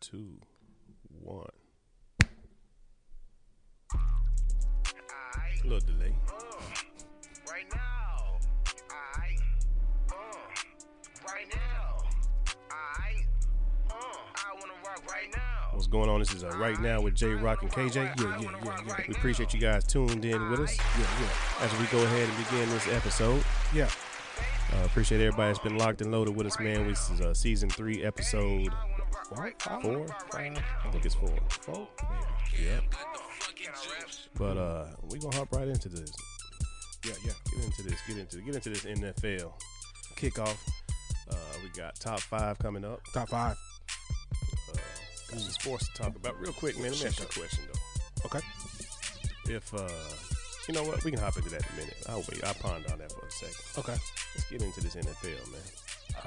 two, one. Aight, A little delay. uh, right now. Aight, uh, right now. Aight, uh, I wanna rock right now. What's going on? This is uh, right now with J Rock and KJ. Yeah, yeah, yeah, yeah. We appreciate you guys tuned in with us. Yeah, yeah. As we go ahead and begin this episode. Yeah. Uh, appreciate everybody that's been locked and loaded with us, man. This is uh, season three, episode four. I think it's four. Four. Maybe. Yep. But uh, we gonna hop right into this. Yeah, yeah. Get into this. Get into get into this NFL kickoff. Uh, we got top five coming up. Top five. Got some sports to talk about. Real quick, man. Let me ask you a question though. Okay. If uh, you know what, we can hop into that in a minute. I'll wait. I ponder on that for a second. Okay. Let's get into this NFL, man.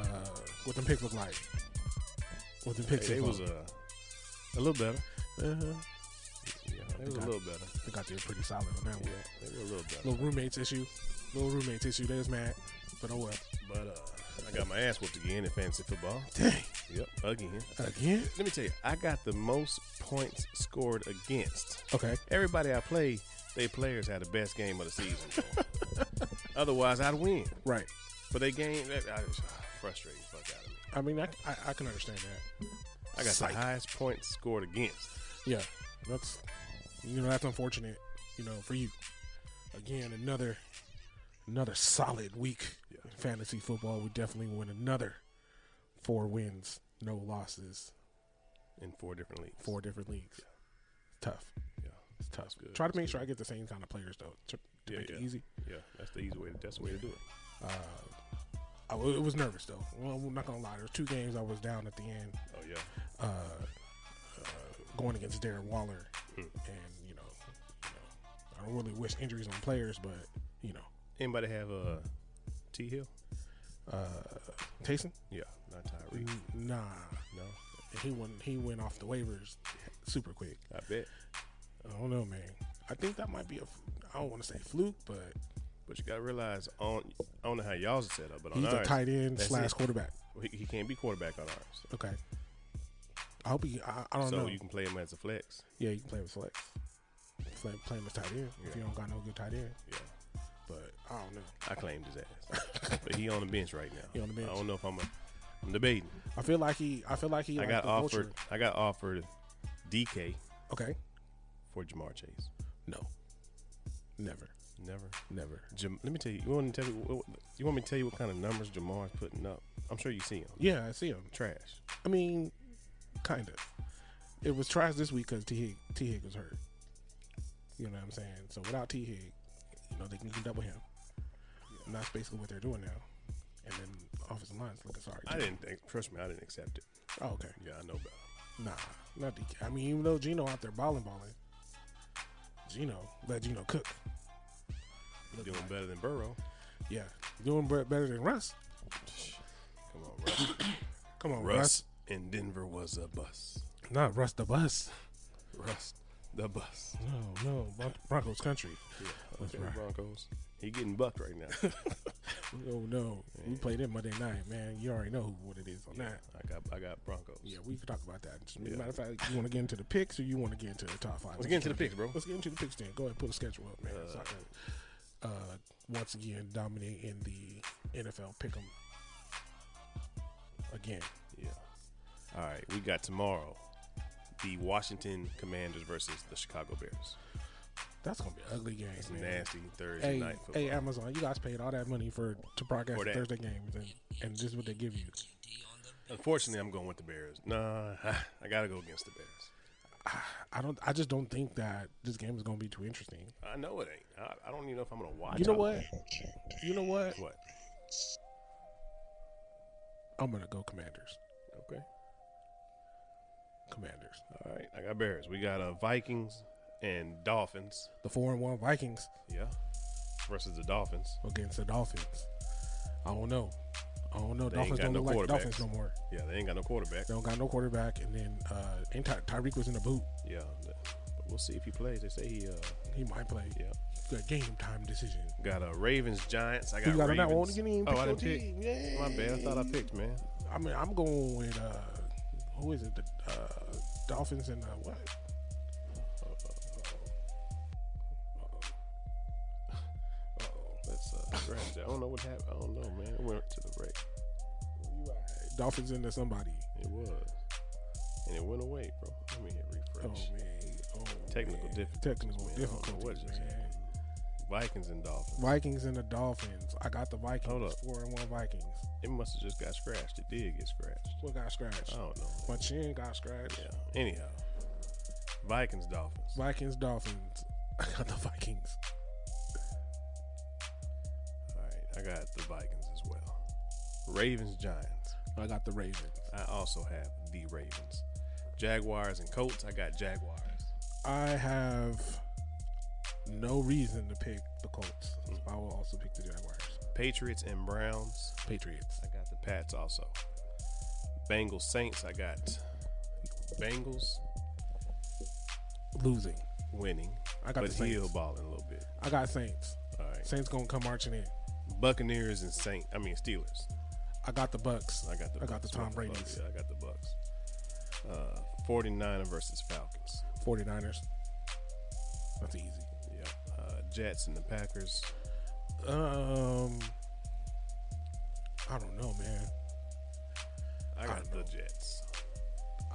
Uh, what them picks look like? What them picks Hey, it look was like? uh, a little better. Uh-huh. Yeah, it was a little better. I think I did pretty solid on that Yeah, one. they were a little better. Little roommates issue. Little roommates issue. They was mad, but oh well. But uh, I got my ass whooped again in fantasy football. Dang. Yep, again. Again? Let me tell you, I got the most points scored against. Okay. Everybody I played, they players had the best game of the season. Otherwise, I'd win. Right. But they game that I, frustrating the fuck out of me. I mean, I, I, I can understand that. I got Psych. the highest points scored against. Yeah. That's you know that's unfortunate. You know for you. Again, another another solid week in fantasy football. We definitely win another four wins, no losses, in four different leagues. four different leagues. Tough. Yeah, It's tough. good. Try to make sure I get the same kind of players though to, to Yeah, make it yeah. easy. yeah. That's the easy way. That's the way to do it. I w- it was nervous though. Well, I'm not gonna lie. There's two games I was down at the end, Oh yeah. uh, uh, going against Darren Waller, Hmm. and you know, you know, I don't really wish injuries on players, but you know, Anybody have a uh, T Hill? uh, Taysom, Yeah, not Tyree. N- nah, No, he went he went off the waivers super quick. I bet. I don't know, man. I think that might be a. f- I don't want to say fluke, but But you gotta realize on I don't know how y'all's are set up, but on he's a ours, tight end Oh, that's slash it. quarterback. He, he can't be quarterback on ours, Okay. I hope he. I, I don't so know. you can play him as a flex. Yeah, you can play with flex. Play, play him as tight end if you don't got no good tight end. Yeah, But I don't know. I claimed his ass, but he on the bench right now. He on the bench. I don't know if I'm a. I'm debating. I feel like he. I feel like he. I like got the offered. vulture. I got offered DK Okay. for Jamar Chase. No. Never. Never. Never. Jam- let me tell you. You want to tell me? What, you want me to tell you what kind of numbers Jamar's putting up? I'm sure you see him. Yeah, I see him. Trash. I mean, kind of. It was trash this week because T Hig, T Hig was hurt. You know what I'm saying? So without T Hig, you know they can double him. And that's basically what they're doing now. And then offensive line's looking sorry. I too. didn't think. Trust me, I didn't accept it. Oh, okay. Yeah, I know better. Nah, not DK. I mean, even though Gino out there balling, balling, Gino let Gino cook. He's Look doing like- better than Burrow. Yeah, doing be- better than Russ. Come on, Russ. Come on, Russ. Russ in Denver was a bus. Not Russ the bus. Russ, the bus. No, no, Bron- Broncos country. That's Okay, right. Broncos. He getting bucked right now. Oh no, we played it Monday night, man. You already know who- what it is on that. I got, I got Broncos. Yeah, we could talk about that. Just, Yeah. Matter of fact, you want to get into the picks or you want to get into the top five? Let's get into the picks, bro. Let's get into the picks then. Go ahead, and put a schedule up, man. so I can, uh, once again, dominate in the NFL pick 'em again. Yeah. All right, we got tomorrow. The Washington Commanders versus the Chicago Bears. That's gonna be an ugly game, It's a man. nasty Thursday Hey, night football. hey, Amazon, you guys paid all that money for to broadcast For the that. Thursday games, and, and this is what they give you. Unfortunately, I'm going with the Bears. Nah, I gotta go against the Bears. I don't. I just don't think that this game is gonna be too interesting. I know it ain't. I, I don't even know if I'm gonna watch. You know all of what? it. You know what? What? I'm gonna go Commanders. Okay. Commanders. All right. I got Bears. We got uh, Vikings and Dolphins. The four and one Vikings Yeah. Versus the Dolphins. against the Dolphins. I don't know. I don't know. They ain't Dolphins got don't no look like the quarterbacks. Dolphins no more. Yeah, they ain't got no quarterback. They don't got no quarterback, and then uh, and Ty- Tyreek was in the boot. Yeah. th- But we'll see if he plays. They say he. uh He might play. Yeah. Good game time decision. Got uh, Ravens Giants. I got you got on Ravens. that one? You didn't even oh, pick I your didn't pick. team. Yay. My bad. I thought I picked man. I mean, I'm going with uh, who is it? The, uh, Dolphins and uh, what? Let's uh, scratch that. I don't know what happened. I don't know, man. It went to the break. Dolphins into somebody. It was, and it went away, bro. Let me hit Oh refresh. man. Oh, Technical man. difficulties, Technical man. I don't know what difficulties, just man. Vikings and Dolphins. Vikings and the Dolphins. I got the Vikings. Hold up. Four and one Vikings. It must have just got scratched. It did get scratched. What got scratched? I don't know. My chin got scratched. Oh. Yeah. Anyhow, Vikings Dolphins. Vikings, Dolphins. I got the Vikings. All right, I got the Vikings as well. Ravens Giants. I got the Ravens. I also have the Ravens. Jaguars and Colts. I got Jaguars. I have no reason to pick the Colts. I will also pick the Jaguars. Patriots and Browns. Patriots. I got the Pats also. Bengals Saints. I got Bengals Losing. winning, I got but the Saints. heel balling a little bit. I got Saints. All right. Saints gonna come marching in. Buccaneers and Saint. I mean Steelers. I got the Bucks. I got the I got the Bucs. Tom What fuck? Brady's. Yeah, I got the Bucks. Uh, 49 versus Falcons. 49ers. That's easy. Yeah. Uh, Jets and the Packers. Um I don't know, man. I got the Jets.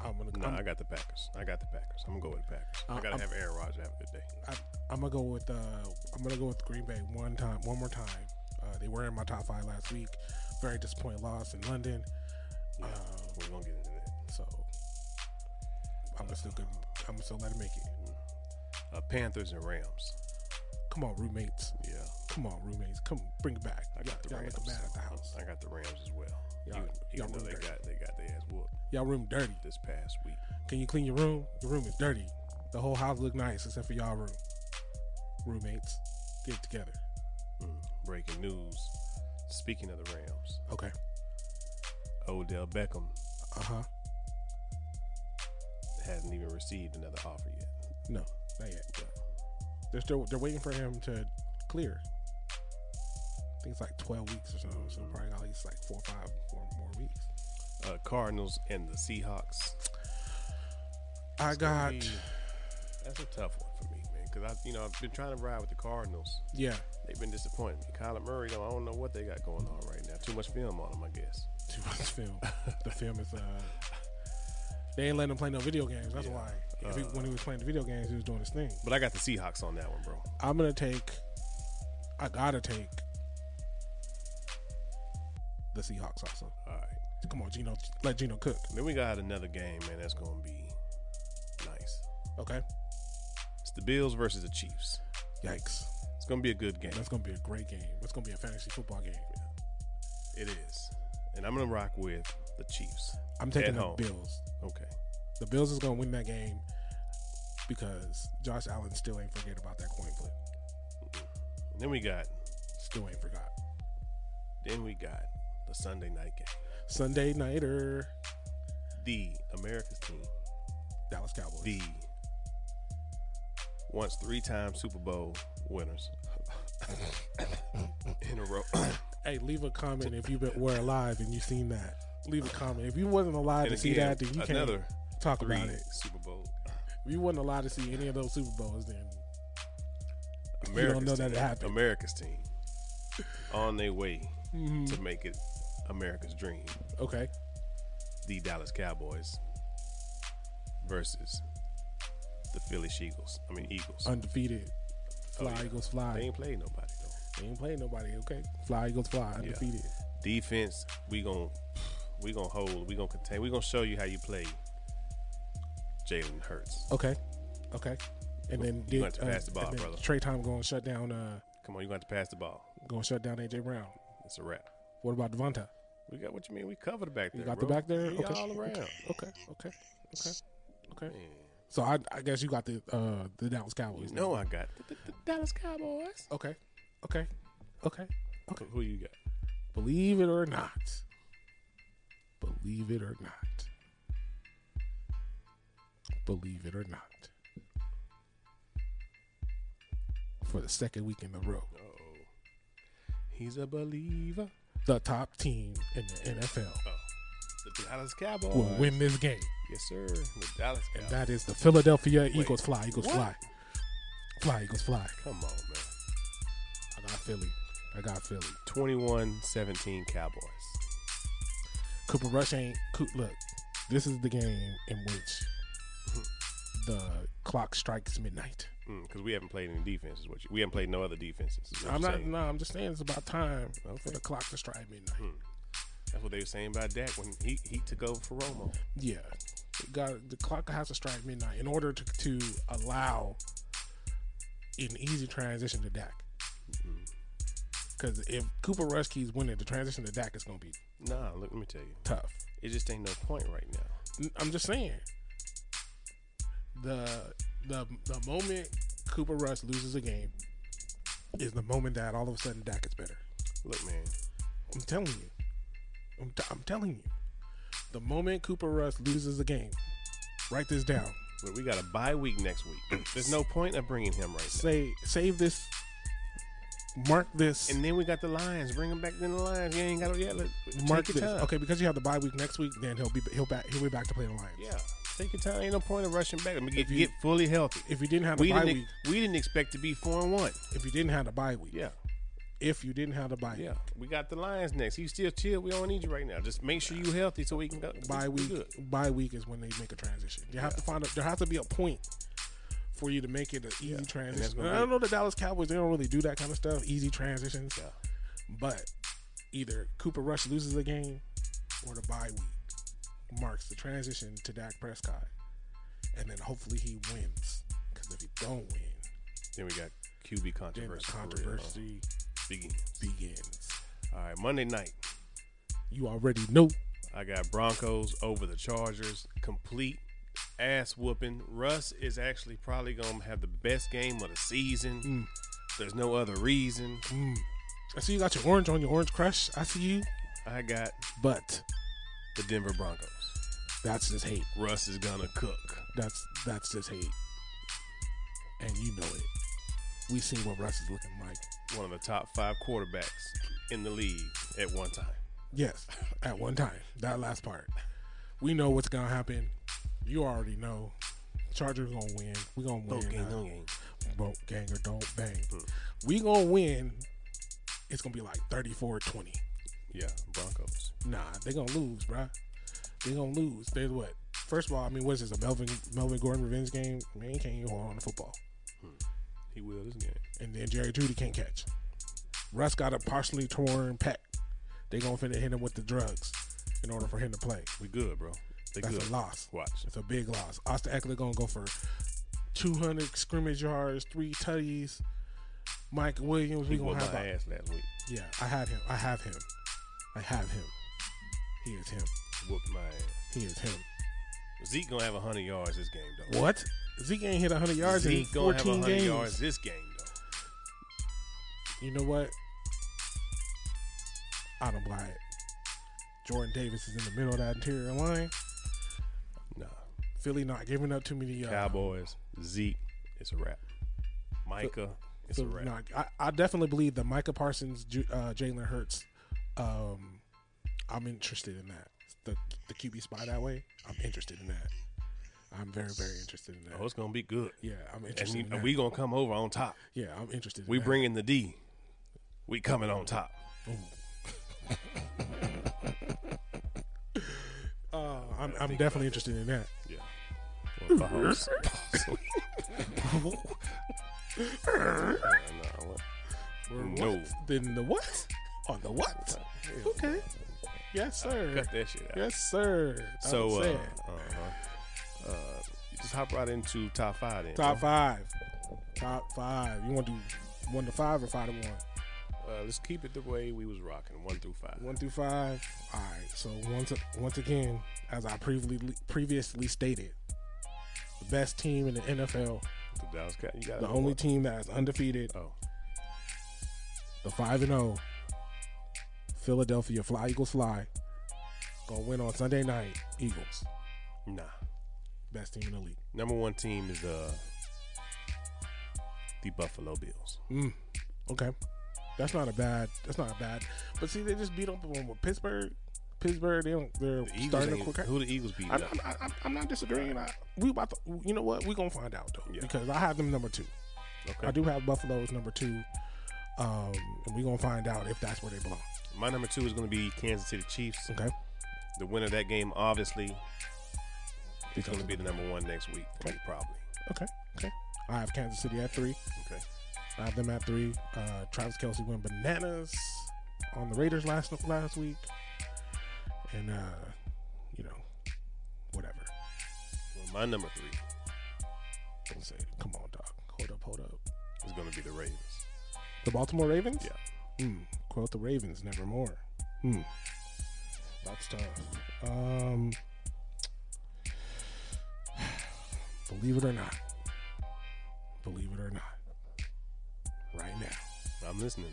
I'm gonna No, I'm, i got the Packers. I got the Packers. I'm gonna go with the Packers. I Uh, gotta I'm- have Aaron Rodgers have a good day. I, I'm gonna go with uh, I'm gonna go with Green Bay one time, one more time. Uh, they were in my top five last week. Very disappointing loss in London. Um, We're gonna get into that. so I'm gonna still give, I'm gonna still let him make it. Uh, Panthers and Rams. Come on, roommates. Yeah, Come on, roommates. Come bring it back. I Y'all, got the y'all Rams. looking bad at the house. I got the Rams as well. Y'all- even y'all even though they look dirty. got they got their ass whooped Y'all room dirty. this past week. Can you clean your room? Your room is dirty. The whole house look nice except for y'all room. Roommates, get it together. Breaking news. Speaking of the Rams, Okay. Odell Beckham Uh huh. hasn't even received another offer yet. No, not yet. They're still they're waiting for him to clear. I think it's like twelve weeks or something. So probably at least like four or five more, more weeks. Uh, Cardinals and the Seahawks. I got Hey, That's a tough one for me, man. Because I, you know, I've been trying to ride with the Cardinals. yeah, They've been disappointing me. Kyler Murray, though, I don't know what they got going on right now. Too much film on them, I guess. two months film. the film is uh they ain't letting him play no video games. That's why. If he, when he was playing the video games, he was doing his thing. But I got the Seahawks on that one, bro. I'm gonna take. I gotta take the Seahawks also. All right. Come on, Gino, let Gino cook. Then we got another game, man. That's gonna be nice. Okay. It's the Bills versus the Chiefs. Yikes. It's gonna be a good game. That's gonna be a great game. That's gonna be a fantasy football game. It is. And I'm gonna rock with the Chiefs. I'm taking At the home. Bills. Okay. The Bills is gonna win that game because Josh Allen still ain't forget about that coin flip. And then we got, Still ain't forgot. then we got the Sunday night game. Sunday nighter, The America's team. Dallas Cowboys. The once three-time Super Bowl winners in a row. hey, leave a comment if you been, were alive and you seen that. Leave a comment if you wasn't alive And to see again, that. Then you can't another talk three about it. Super Bowl. If you wasn't allowed to see any of those Super Bowls, then America's know that team, it happened. America's team on their way Mm-hmm. to make it America's dream. okay, The Dallas Cowboys versus the Philly Eagles. I mean Eagles. Oh, undefeated. Fly Oh, yeah. Eagles they fly. ain't played nobody though. They ain't playing nobody. Okay, Fly Eagles fly. Undefeated. Defense, we gon' we gonna hold. We gonna contain. We gonna show you how you play. Jalen Hurts. Okay, okay. And then You did, uh, gonna have to pass the ball, and then brother. Trey Tom going to shut down. Uh, Come on, you gonna have to pass the ball. going to shut down AJ Brown. It's a wrap. What about Devonta? We got what you mean. We covered back there. You got the bro. back there. We okay. all around. Okay. Okay. Okay. Okay. So I, I guess you got the uh the Dallas Cowboys. You know I got the, the- the Dallas Cowboys. Okay. Okay. Okay. Okay. Who you got? Believe it or not. Believe it or not. Believe it or not. For the second week in a row, Oh, he's a believer. the top team in the NFL The Dallas Cowboys will win this game. Yes, sir. The Dallas And Cowboys. that is the Philadelphia Wait. Eagles fly. Eagles What? fly. Fly, Eagles fly. Come on, man. I got Philly. I got Philly. 21-17 Cowboys. Cooper Rush ain't. Coop, look, this is the game in which the clock strikes midnight. Because Mm, we haven't played any defenses. What you, we haven't played no other defenses. is what I'm you're not. saying. Hmm. No, I'm just saying it's about time for Okay. the clock to strike midnight. That's what they were saying about Dak when he, he took over for Romo. Yeah, it got the clock has to strike midnight in order to, to allow an easy transition to Dak. Mm-hmm. Because if Cooper Rush keeps winning, the transition to Dak is going to be Nah, look, let me tell you. tough. It just ain't no point right now. N- I'm just saying. The the the moment Cooper Rush loses a game is the moment that all of a sudden Dak is better. Look, man. I'm telling you. I'm, t- I'm telling you. The moment Cooper Rush loses a game, write this down. Look, we got a bye week next week. There's no point of bringing him right now. Say save this. Mark this. And then we got the Lions. Bring him back to the Lions. You ain't got to yeah. Look, mark take your this. time. Okay, because you have the bye week next week, then he'll be he'll back he'll be back to play the Lions. Yeah, take your time. Ain't no point of rushing back. I mean, get, you- get fully healthy. If you didn't have the we bye didn't, week, we didn't expect to be four and one. if you didn't have the bye week, Yeah, if you didn't have the bye yeah. We got the Lions next. You still chill. We don't need you right now. Just make sure you healthy so we can go. bye we week good. bye week is when they make a transition. You have to find a, there has to be a point for you to make it an easy that's transition. gonna And I be- know the Dallas Cowboys they don't really do that kind of stuff, easy transitions. Yeah. But either Cooper Rush loses a game or the bye week marks the transition to Dak Prescott, and then hopefully he wins. Because if he don't win, Then we got QB then the controversy. controversy begins. begins. All right, Monday night. You already know. I got Broncos over the Chargers. Complete ass whooping. Russ is actually probably gonna have the best game of the season. Mm. There's no other reason. I see you got your orange on your orange crush. I see you, I got but the Denver Broncos. that's just hate. Russ is gonna cook. That's that's just hate. And you know it. We seen what Russ is looking like. One of the top five quarterbacks in the league at one time. Yes, at one time. That last part. We know what's gonna happen. You already know. Chargers gonna win. We gonna win. Boat gang, Uh, no gang. Boat gang or don't bang. We gonna win. It's gonna be like 34-20. Yeah, Broncos. Nah, they gonna lose, bruh. They gonna lose. There's what? First of all, I mean, what is this? A Melvin Melvin Gordon revenge game? Man, he can't even hold on to football. He will this game. and then Jerry Judy can't catch. Russ got a partially torn pec. They gonna finna hit him with the drugs in order for him to play. We good, bro. They That's good. a loss. Watch. It's a big loss. Austin Eckler gonna go for 200 scrimmage yards, three tutties. Mike Williams, He we gonna whooped my have a, ass last week. yeah. I have him. I have him. I have him. He is him. Whooped my ass. He is him. Zeke gonna have hundred yards this game though. What? Zeke ain't hit 100 yards in Zeke gonna have 14 hundred games. yards this game though. You know what? I don't buy it. Jordan Davis is in the middle of that interior line. Nah. Philly not giving up too many. Uh, Cowboys, Zeke, it's a wrap. Micah, it's a Philly wrap. not, I, I definitely believe that Micah Parsons, Ju- uh, Jalen Hurts. Um, I'm interested in that. The the QB spy that way. I'm interested in that. I'm very very interested in that. Oh, it's gonna be good. yeah, I'm And, interested. you- in and that. we gonna come over on top. yeah, I'm interested. In We that. bringing the D. We coming on top. Uh, I'm, I'm definitely interested in that. Yeah. Well, if I was- Nah, nah, what? No. Then the what? On the what? Okay. Yes, sir. Cut that shit out. Yes, sir. That's So what uh, I'm uh, saying. uh, just hop right into top five then. top five, top five. You want to do one to five or five to one? Uh, let's keep it the way we was rocking, one through five. One through five. All right. So once once again, as I previously previously stated, the best team in the NFL, The Dallas Cow- you got the only team that is undefeated, Oh, the five and zero, Philadelphia Fly Eagles Fly, gonna win on Sunday night. Eagles, nah. best team in the league. Number one team is uh the Buffalo Bills. Okay. That's not a bad. That's not a bad. But see, they just beat up on Pittsburgh. Pittsburgh, they don't, they're The Eagles starting to ain't- quick. who the Eagles beat? I'm, I'm, I'm, I'm not disagreeing. I, we about to, you know what? We're gonna find out though Yeah. because I have them number two. Okay. I do have Buffalo as number two, um, and we're gonna find out if that's where they belong. My number two is going to be Kansas City Chiefs. Okay, The winner of that game, obviously, is going to be the number one next week, probably. okay, okay. I have Kansas City at three. Okay. I have them at three. Uh, Travis Kelsey went bananas on the Raiders last last week, and uh, you know, whatever. Well, my number three Don't say, it. come on, dog. Hold up, hold up. is going to be the Ravens. The Baltimore Ravens. Yeah. Hmm. Quote the Ravens, nevermore. Hmm. That's tough. Um. Believe it or not. Believe it or not. Right now, I'm listening.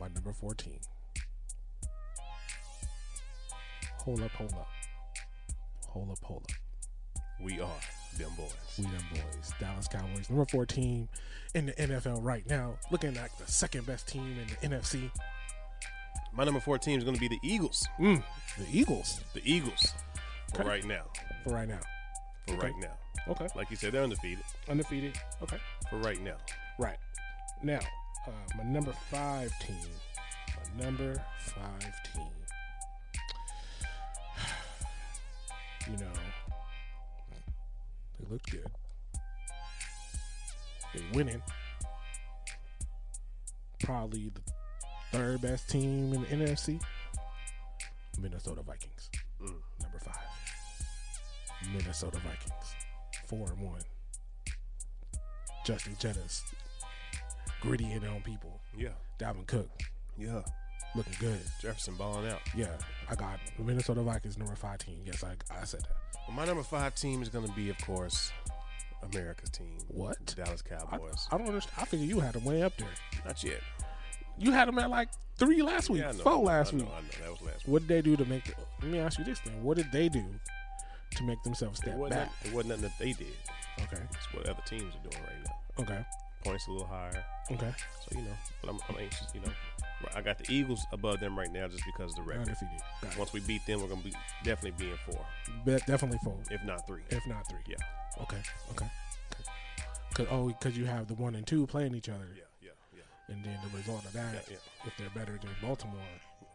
my number fourteen. Hold up, hold up. Hold up, hold up. We are them boys. We them boys, Dallas Cowboys, number four team in the NFL right now, looking like the second best team in the NFC. My number four team is going to be the Eagles. Mm, the Eagles The Eagles for Okay. right now. for right now. For Okay. right now. Okay. Like you said, they're undefeated. Undefeated. Okay. For right now. Right. Now, uh, my number five team. My number five team. You know, they looked good. They winning. Probably the third best team in the NFC. Minnesota Vikings. Mm. Number five. Minnesota Vikings. Four and one. Justin Jettis gritty in on people. Yeah. Dalvin Cook Yeah. looking good. Jefferson balling out. Yeah, I got Minnesota Vikings number five team. Yes, I, I said that. Well, my number five team is going to be, of course, America's team. What? Dallas I, Cowboys. I don't understand. I figure you had them way up there. Not yet. You had them at like three last week, Yeah, I know. four last I know, week. I know. That was last week. What did they do to make? The, let me ask you this thing: What did they do to make themselves It step wasn't, back? nothing- it wasn't nothing that they did. Okay, It's what other teams are doing right now. okay, Points a little higher. okay. So, you know, but I'm, I'm anxious, you know. Right, I got the Eagles above them right now just because of the record. Undefeated. Got it. Once we beat them, we're going to be definitely be in four, Bet definitely four, if not three. if not three. Yeah. Okay, okay. okay. Cause oh, because you have the one and two playing each other, Yeah, yeah, yeah. and then the result of that, Yeah, if they're better than Baltimore,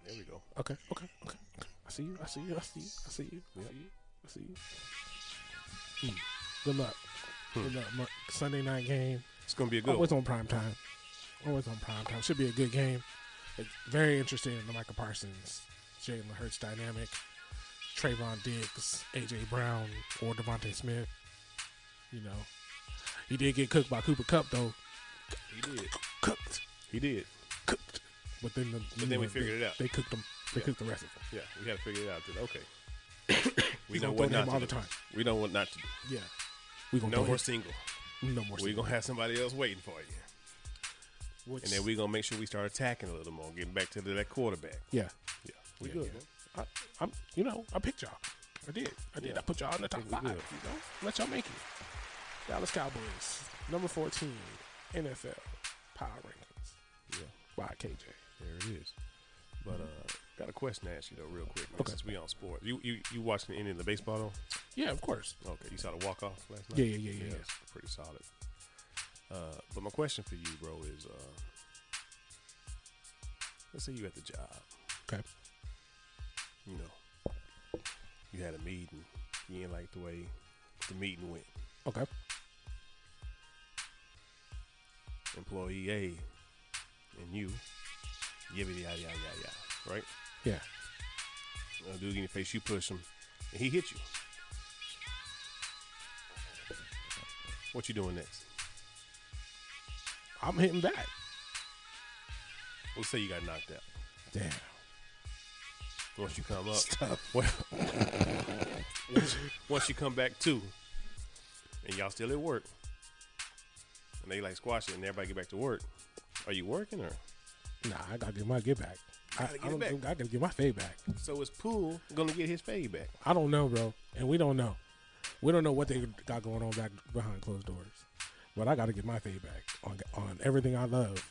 There we go. Okay, okay, okay. okay. I see you. I see you. I see you. I see you. I see you. I see you. Mm. Good luck. Good luck. Mark. Sunday night game. It's going to be a Hmm. good Always one. on prime time. Always on prime time. Should be a good game. Like, very interested in the Michael Parsons, Jalen Hurts dynamic, Trayvon Diggs, AJ Brown, or Devontae Smith. You know, he did get cooked by Cooper Cup though. He did. Cooked, He did. cooked. But then the But then we figured they, it out. They cooked them. They cooked the rest of them. Yeah, we had to figure it out. Then. Okay. We we know don't what throw not him to all do. the time. We know what not to do. Yeah. We gonna No go more ahead. single. no more. We're going to have somebody else waiting for you. Which, And then we're going to make sure we start attacking a little more, getting back to that quarterback. yeah. Yeah. We Yeah, good, yeah. man. I, I'm you know I picked y'all. I did. I did. Yeah. I put y'all in the top we five. good. You know, let y'all make it. Dallas Cowboys, number fourteen, NFL Power Rankings Yeah. by KJ. There it is. But uh, got a question to ask you though, real quick. man, Okay. Since we on sports, you you you watching the end of the baseball? Though? Yeah, of course. Okay, you saw the walk off last night. Yeah, yeah, yeah, yeah, yeah. it's pretty solid. Uh, but my question for you, bro, is uh, let's say you at the job, Okay. you know, you had a meeting, you didn't like the way the meeting went. Okay. Employee A and you, yibbity yada yada yada, yada, right? Yeah. Uh, dude in your face, you push him, and he hit you. What you doing next? I'm hitting back. Let's say you got knocked out. Damn. Once you come up, well, once- once you come back to, and y'all still at work, and they like squash it, and everybody get back to work. Are you working or? Nah, I gotta get my get back. I, Gotta get I it don't back. think I gotta get my fade back. So is Poole gonna get his fade back? I don't know, bro. And we don't know. We don't know what they got going on back behind closed doors. But I got to get my feedback on on everything I love.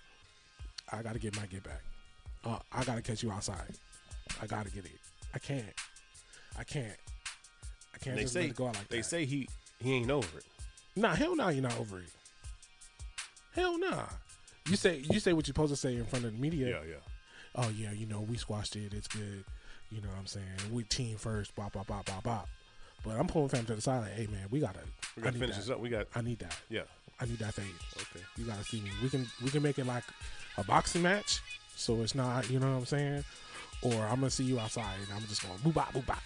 I got to get my get back. Uh, I got to catch you outside. I gotta get it. I can't. I can't. I can't They just say let it go out like they that. say he he ain't over it. Nah, hell nah, you're not over it. Hell nah. You say you say what you're supposed to say in front of the media. yeah. Oh yeah, you know, we squashed it, it's good. You know what I'm saying? We team first, bop bop bop bop bop. But I'm pulling fam to the side like, hey man, we gotta We gotta I need finish that. this up. We got I need that. yeah. I need that thing. Okay. You gotta see me. We can we can make it like a boxing match, so it's not you know what I'm saying. Or I'm gonna see you outside, and I'm just gonna boo bop boo bop.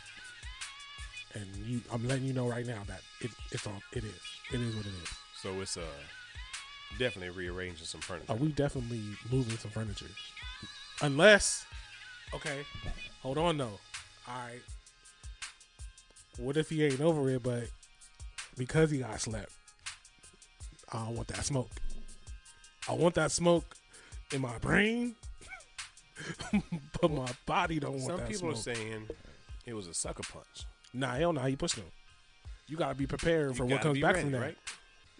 And you, I'm letting you know right now that it, it's on. It is. It is what it is. So it's uh definitely rearranging some furniture. Are Oh, we definitely moving some furniture? Unless, okay, hold on though. All right. What if he ain't over it, but because he got slept, I don't want that smoke. I want that smoke in my brain, but my body don't want some that people smoke. are saying it was a sucker punch. nah, hell nah, he pushed him. You gotta be prepared for You what gotta comes be back ready, from that. right?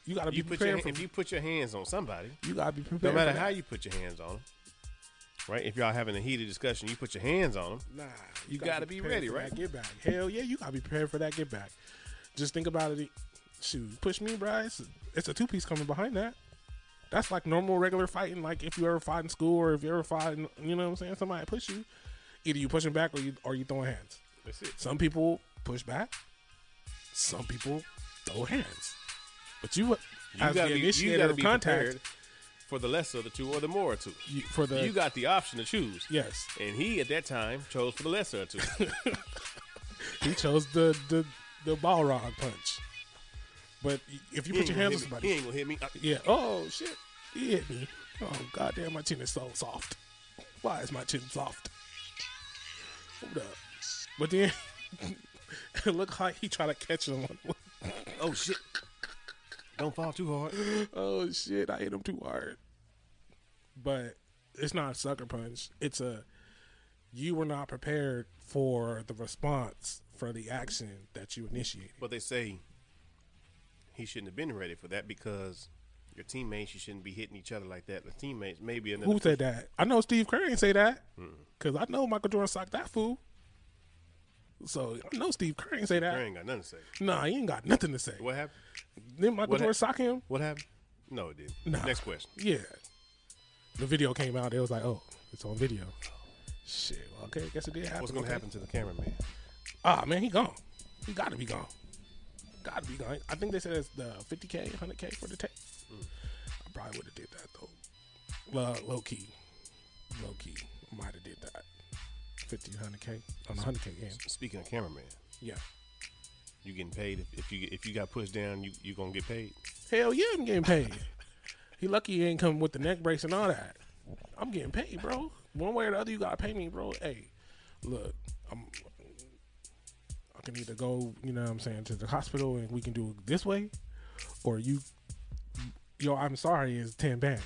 You gotta You be put your, prepared if for. you put your hands on somebody, You gotta be prepared. no matter for how that. you put your hands on them, right? If y'all having a heated discussion, you put your hands on them. Nah, You gotta be prepared ready, for right? That get back. Hell yeah, you gotta be prepared for that get back. Just think about it. Shoot, push me, Bryce. It's a two piece coming behind that. That's like normal, regular fighting. Like if you ever fought in school or if you ever fought, in, you know what I'm saying. Somebody push you, either you pushing back or you or you throwing hands. That's it. Some people push back. Some people throw hands. But you, You as the gotta be, you initiator gotta of be contact, prepared for the lesser of the two or the more of two. you, for the you got the option to choose. yes, And he at that time chose for the lesser of two. he chose the the the Balrog punch. But if He you put ain't your gonna hands hit on me. somebody, He ain't gonna hit me. Uh, Yeah. Oh shit. He hit me. Oh goddamn, my chin is so soft. Why is my chin soft? Hold up. But then it looked like he tried to catch him. Oh shit! Don't fall too hard. oh shit, I hit him too hard. But it's not a sucker punch. It's a you were not prepared for the response for the action that you initiated. But they say he shouldn't have been ready for that because your teammates you shouldn't be hitting each other like that. The teammates maybe another. Who said that? I know Steve Kerr ain't say that because I know Michael Jordan socked that fool. So I know Steve Kerr ain't say that. I ain't got nothing to say. Nah, he ain't got nothing to say. What happened? Then Michael what Jordan hap- sock him. What happened? No, it didn't. Nah. Next question. Yeah. The video came out. It was like, oh, it's on video. Shit. well, okay, guess it did happen. What's gonna okay. happen to the cameraman? Ah, man, he gone. He got to be gone. Got to be gone. I think they said it's the 50k, 100k for the tape. I probably would have did that though. Low, low key, low key, might have did that. 50, 100k, on 100k, yeah, Speaking of cameraman, yeah. you getting paid? If, if you if you got pushed down, you you gonna get paid? Hell yeah, I'm getting paid. he lucky he ain't come with the neck brace and all that. I'm getting paid, bro. One way or the other, you gotta pay me, bro. Hey, look, I'm. I can either go, you know, what I'm saying, to the hospital and we can do it this way, or you, yo, I'm sorry, is ten bands.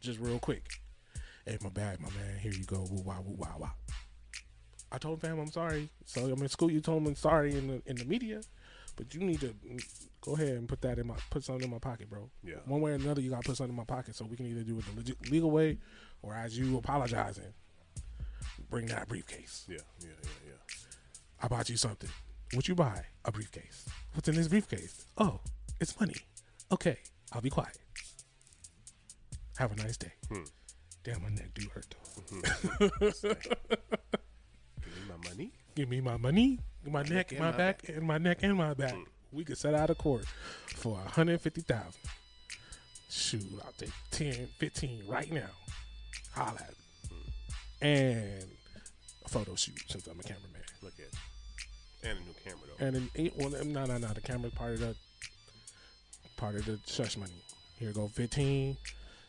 Just real quick. Hey, my bad, my man. Here you go. Woo wah woo wah wah. I told fam I'm sorry. So I'm in school. You told me sorry in the in the media, but you need to go ahead and put that in my put something in my pocket, bro. Yeah. One way or another, you gotta put something in my pocket so we can either do it the legit, legal way, or as you apologizing, bring that briefcase. Yeah, yeah, yeah, yeah. I bought you something. What you buy? A briefcase. What's in this briefcase? Oh, it's money. Okay, I'll be quiet. Have a nice day. Damn, my neck do hurt though. Give me my money. Give me my money, my neck, and my, my back, Hmm. and my neck and my back. We could set out of court for 150000 Shoot, I'll take 10, 15 right now. Holla at me. Hmm. And a photo shoot since I'm a cameraman. Look at you. And a new camera though. And then, it- well, no, no, no. The camera part of the part of the shush money. Here go fifteen.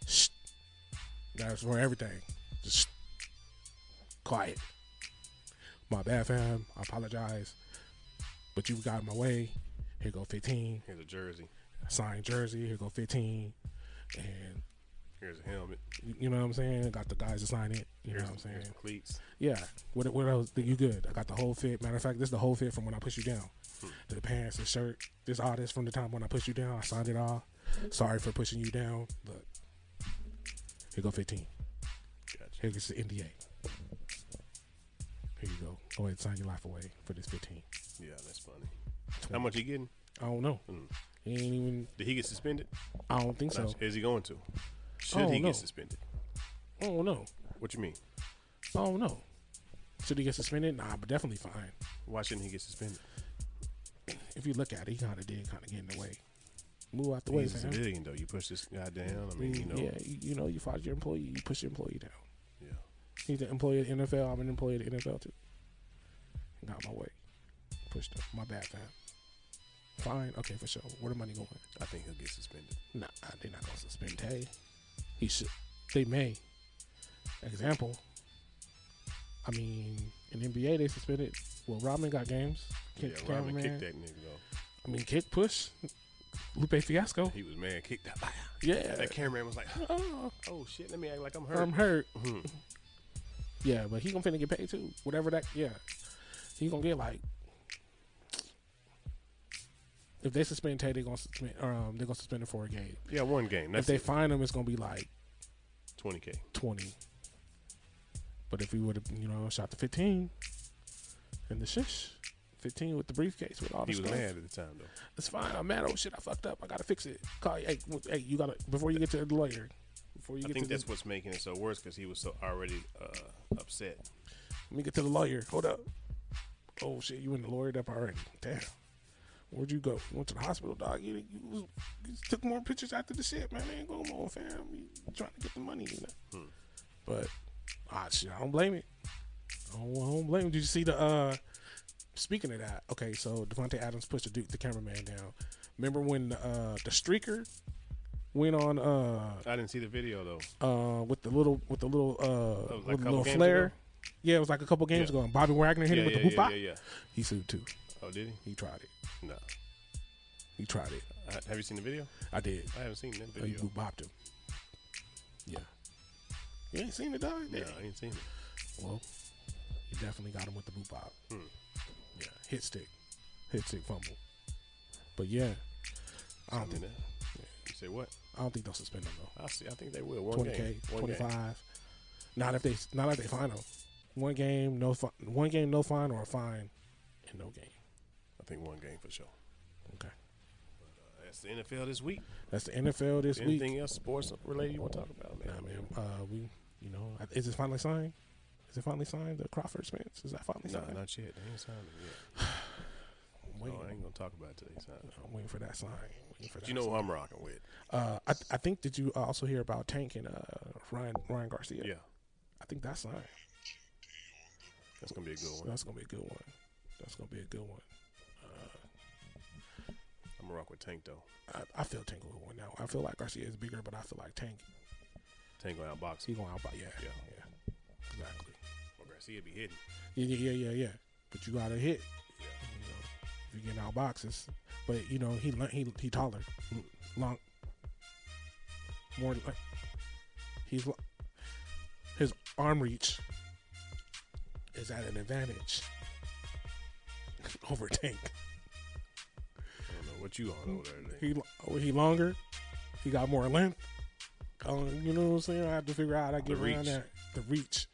Shh. That's for everything. Just shh. quiet. My bad, fam. I apologize, but you got in my way. Here go fifteen. Here's a jersey. Signed jersey. Here go fifteen. And Here's a helmet. you know what I'm saying. Got the guys to sign it. You know Here's, what I'm saying. here's cleats. Yeah. What what else? You good? I got the whole fit. Matter of fact, this is the whole fit from when I pushed you down. The pants, the shirt, this all this from the time when I pushed you down. I signed it all. Sorry for pushing you down. Look, here go fifteen. Gotcha. Here goes the NDA. Go ahead and sign your life away for this 15. Yeah, that's funny. How much he getting? I don't know. He ain't even. Did he get suspended? I don't think so. Is he going to? Should Oh, he no. get suspended? I don't know. What you mean? I don't know. Should he get suspended? Nah, but definitely fine. Why shouldn't he get suspended? If you look at it, he kind of did kind of get in the way. Move out the way, He's a fam. civilian though. You push this guy down. I mean, you know. Mm, Yeah, you, you know, you fired your employee, you push your employee down. Yeah. He's an employee of the NFL. I'm an employee of the NFL too. Got my way. Pushed up. My bad, fam. Fine. Okay, for sure. Where the money going? I think he'll get suspended. Nah, they're not gonna suspend Tay. He should. They may. Example. I mean, in the NBA they suspended. Well, Rodman got games. Kicked yeah, yeah, Robin kicked cameraman. that nigga though. I mean, kick push. Lupe Fiasco. He was mad. Kicked that. Yeah. That cameraman was like, Oh, "Oh shit, let me act like I'm hurt." I'm hurt. Hmm. Yeah, but he gonna finna get paid too. Whatever that. Yeah. He gonna get like. If they suspend Tay, they gonna suspend. Or, um, they're gonna suspend him for a game. Yeah, one game. That's if they find him, it's gonna be like twenty k. 20. But if we would have, you know, shot the 15 and the shish, 15 with the briefcase with all the He was stuff. mad at the time though. It's fine. I'm mad. Oh shit, I fucked up. I gotta fix it. Call hey, w- hey, you gotta before you get to the lawyer. Before you I get think to the, that's what's making it so worse because he was so already uh, upset. let me get to the lawyer. Hold up. Oh shit, you in the lawyer up already? Damn. Where'd you go? You went to the hospital, dog. You, you, was- you took more pictures after the shit, man. Ain't going on, fam. You trying to get the money, you know. But ah, shit, I don't blame it. I don't, I don't blame. It. Did you see the? uh Speaking of that, okay, so Devontae Adams pushed the Duke, the cameraman down. Remember when uh the streaker went on uh I didn't see the video though. uh, with the little with the little That uh, was like with a the couple little games flare. ago? Yeah, it was like a couple games Yeah. ago. And Bobby Wagner Yeah, hit him with yeah, the yeah, hoopah. yeah, yeah. He sued too. Oh, did he? He tried it. No. He tried it. I, have you seen the video? I did. I haven't seen that Oh, you video. blue bopped him. Yeah. You ain't seen the dog. No, I ain't seen it. Well, you definitely got him with the boot bop. Hmm. Yeah, hit stick, hit stick fumble. But yeah, I don't Seen think that. You say what? I don't think they'll suspend him though. I see. I think they will. One Twenty game. k, One twenty game. five. Not if they not if they fine him. One game, no fi- one game, no fine or a fine, and no game. I think one game for sure. Okay. That's the NFL this week. That's the NFL this Anything week. else sports related you want to talk about, man? Nah, man. Uh, we, you know, I- is it finally signed? Is it finally signed? The Crawford Spence? Is that finally No, signed? not yet. They ain't signed it yet. I'm, No, waiting, I ain't gonna talk about today's sign. I'm waiting for that sign. Waiting for But that you know sign. who I'm rocking with? Uh, I, I think did you also hear about Tank and uh, Ryan Ryan Garcia? Yeah, I think that's signed. that's gonna be a good So one. that's gonna be a good one. That's gonna be a good one. I'm gonna rock with Tank though. I, I feel Tank will win now. I feel like Garcia is bigger, but I feel like Tank Tank gonna outbox he him. gonna outbuy. Yeah, Yeah. yeah, exactly. Well, Garcia be hitting. Yeah, yeah, yeah, yeah, yeah. But you gotta hit. Yeah. You know, if you're getting out boxes, but you know he le- he he taller, l- long, more. le- He's lo- his arm reach is at an advantage over Tank. I don't know what you on over there. today. He lo- oh, he longer. He got more length. Um, you know what I'm saying? I have to figure out how to get around reach. that. The reach.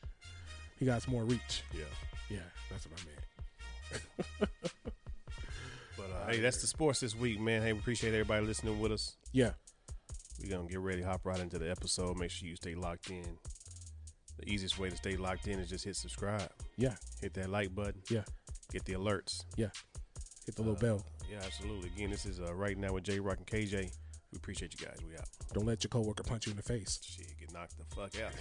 He got more reach. Yeah. Yeah, that's what I meant. But uh, hey, that's the sports this week, man. Hey, we appreciate everybody listening with us. Yeah. We're gonna get ready, hop right into the episode. Make sure you stay locked in. The easiest way to stay locked in is just hit subscribe. Yeah, Hit that like button. yeah, Get the alerts. yeah. Hit the little bell. Yeah, absolutely. Again, this is uh, right now with J Rock and KJ. We appreciate you guys. We out. Don't let your coworker punch you in the face. Shit, get knocked the fuck out.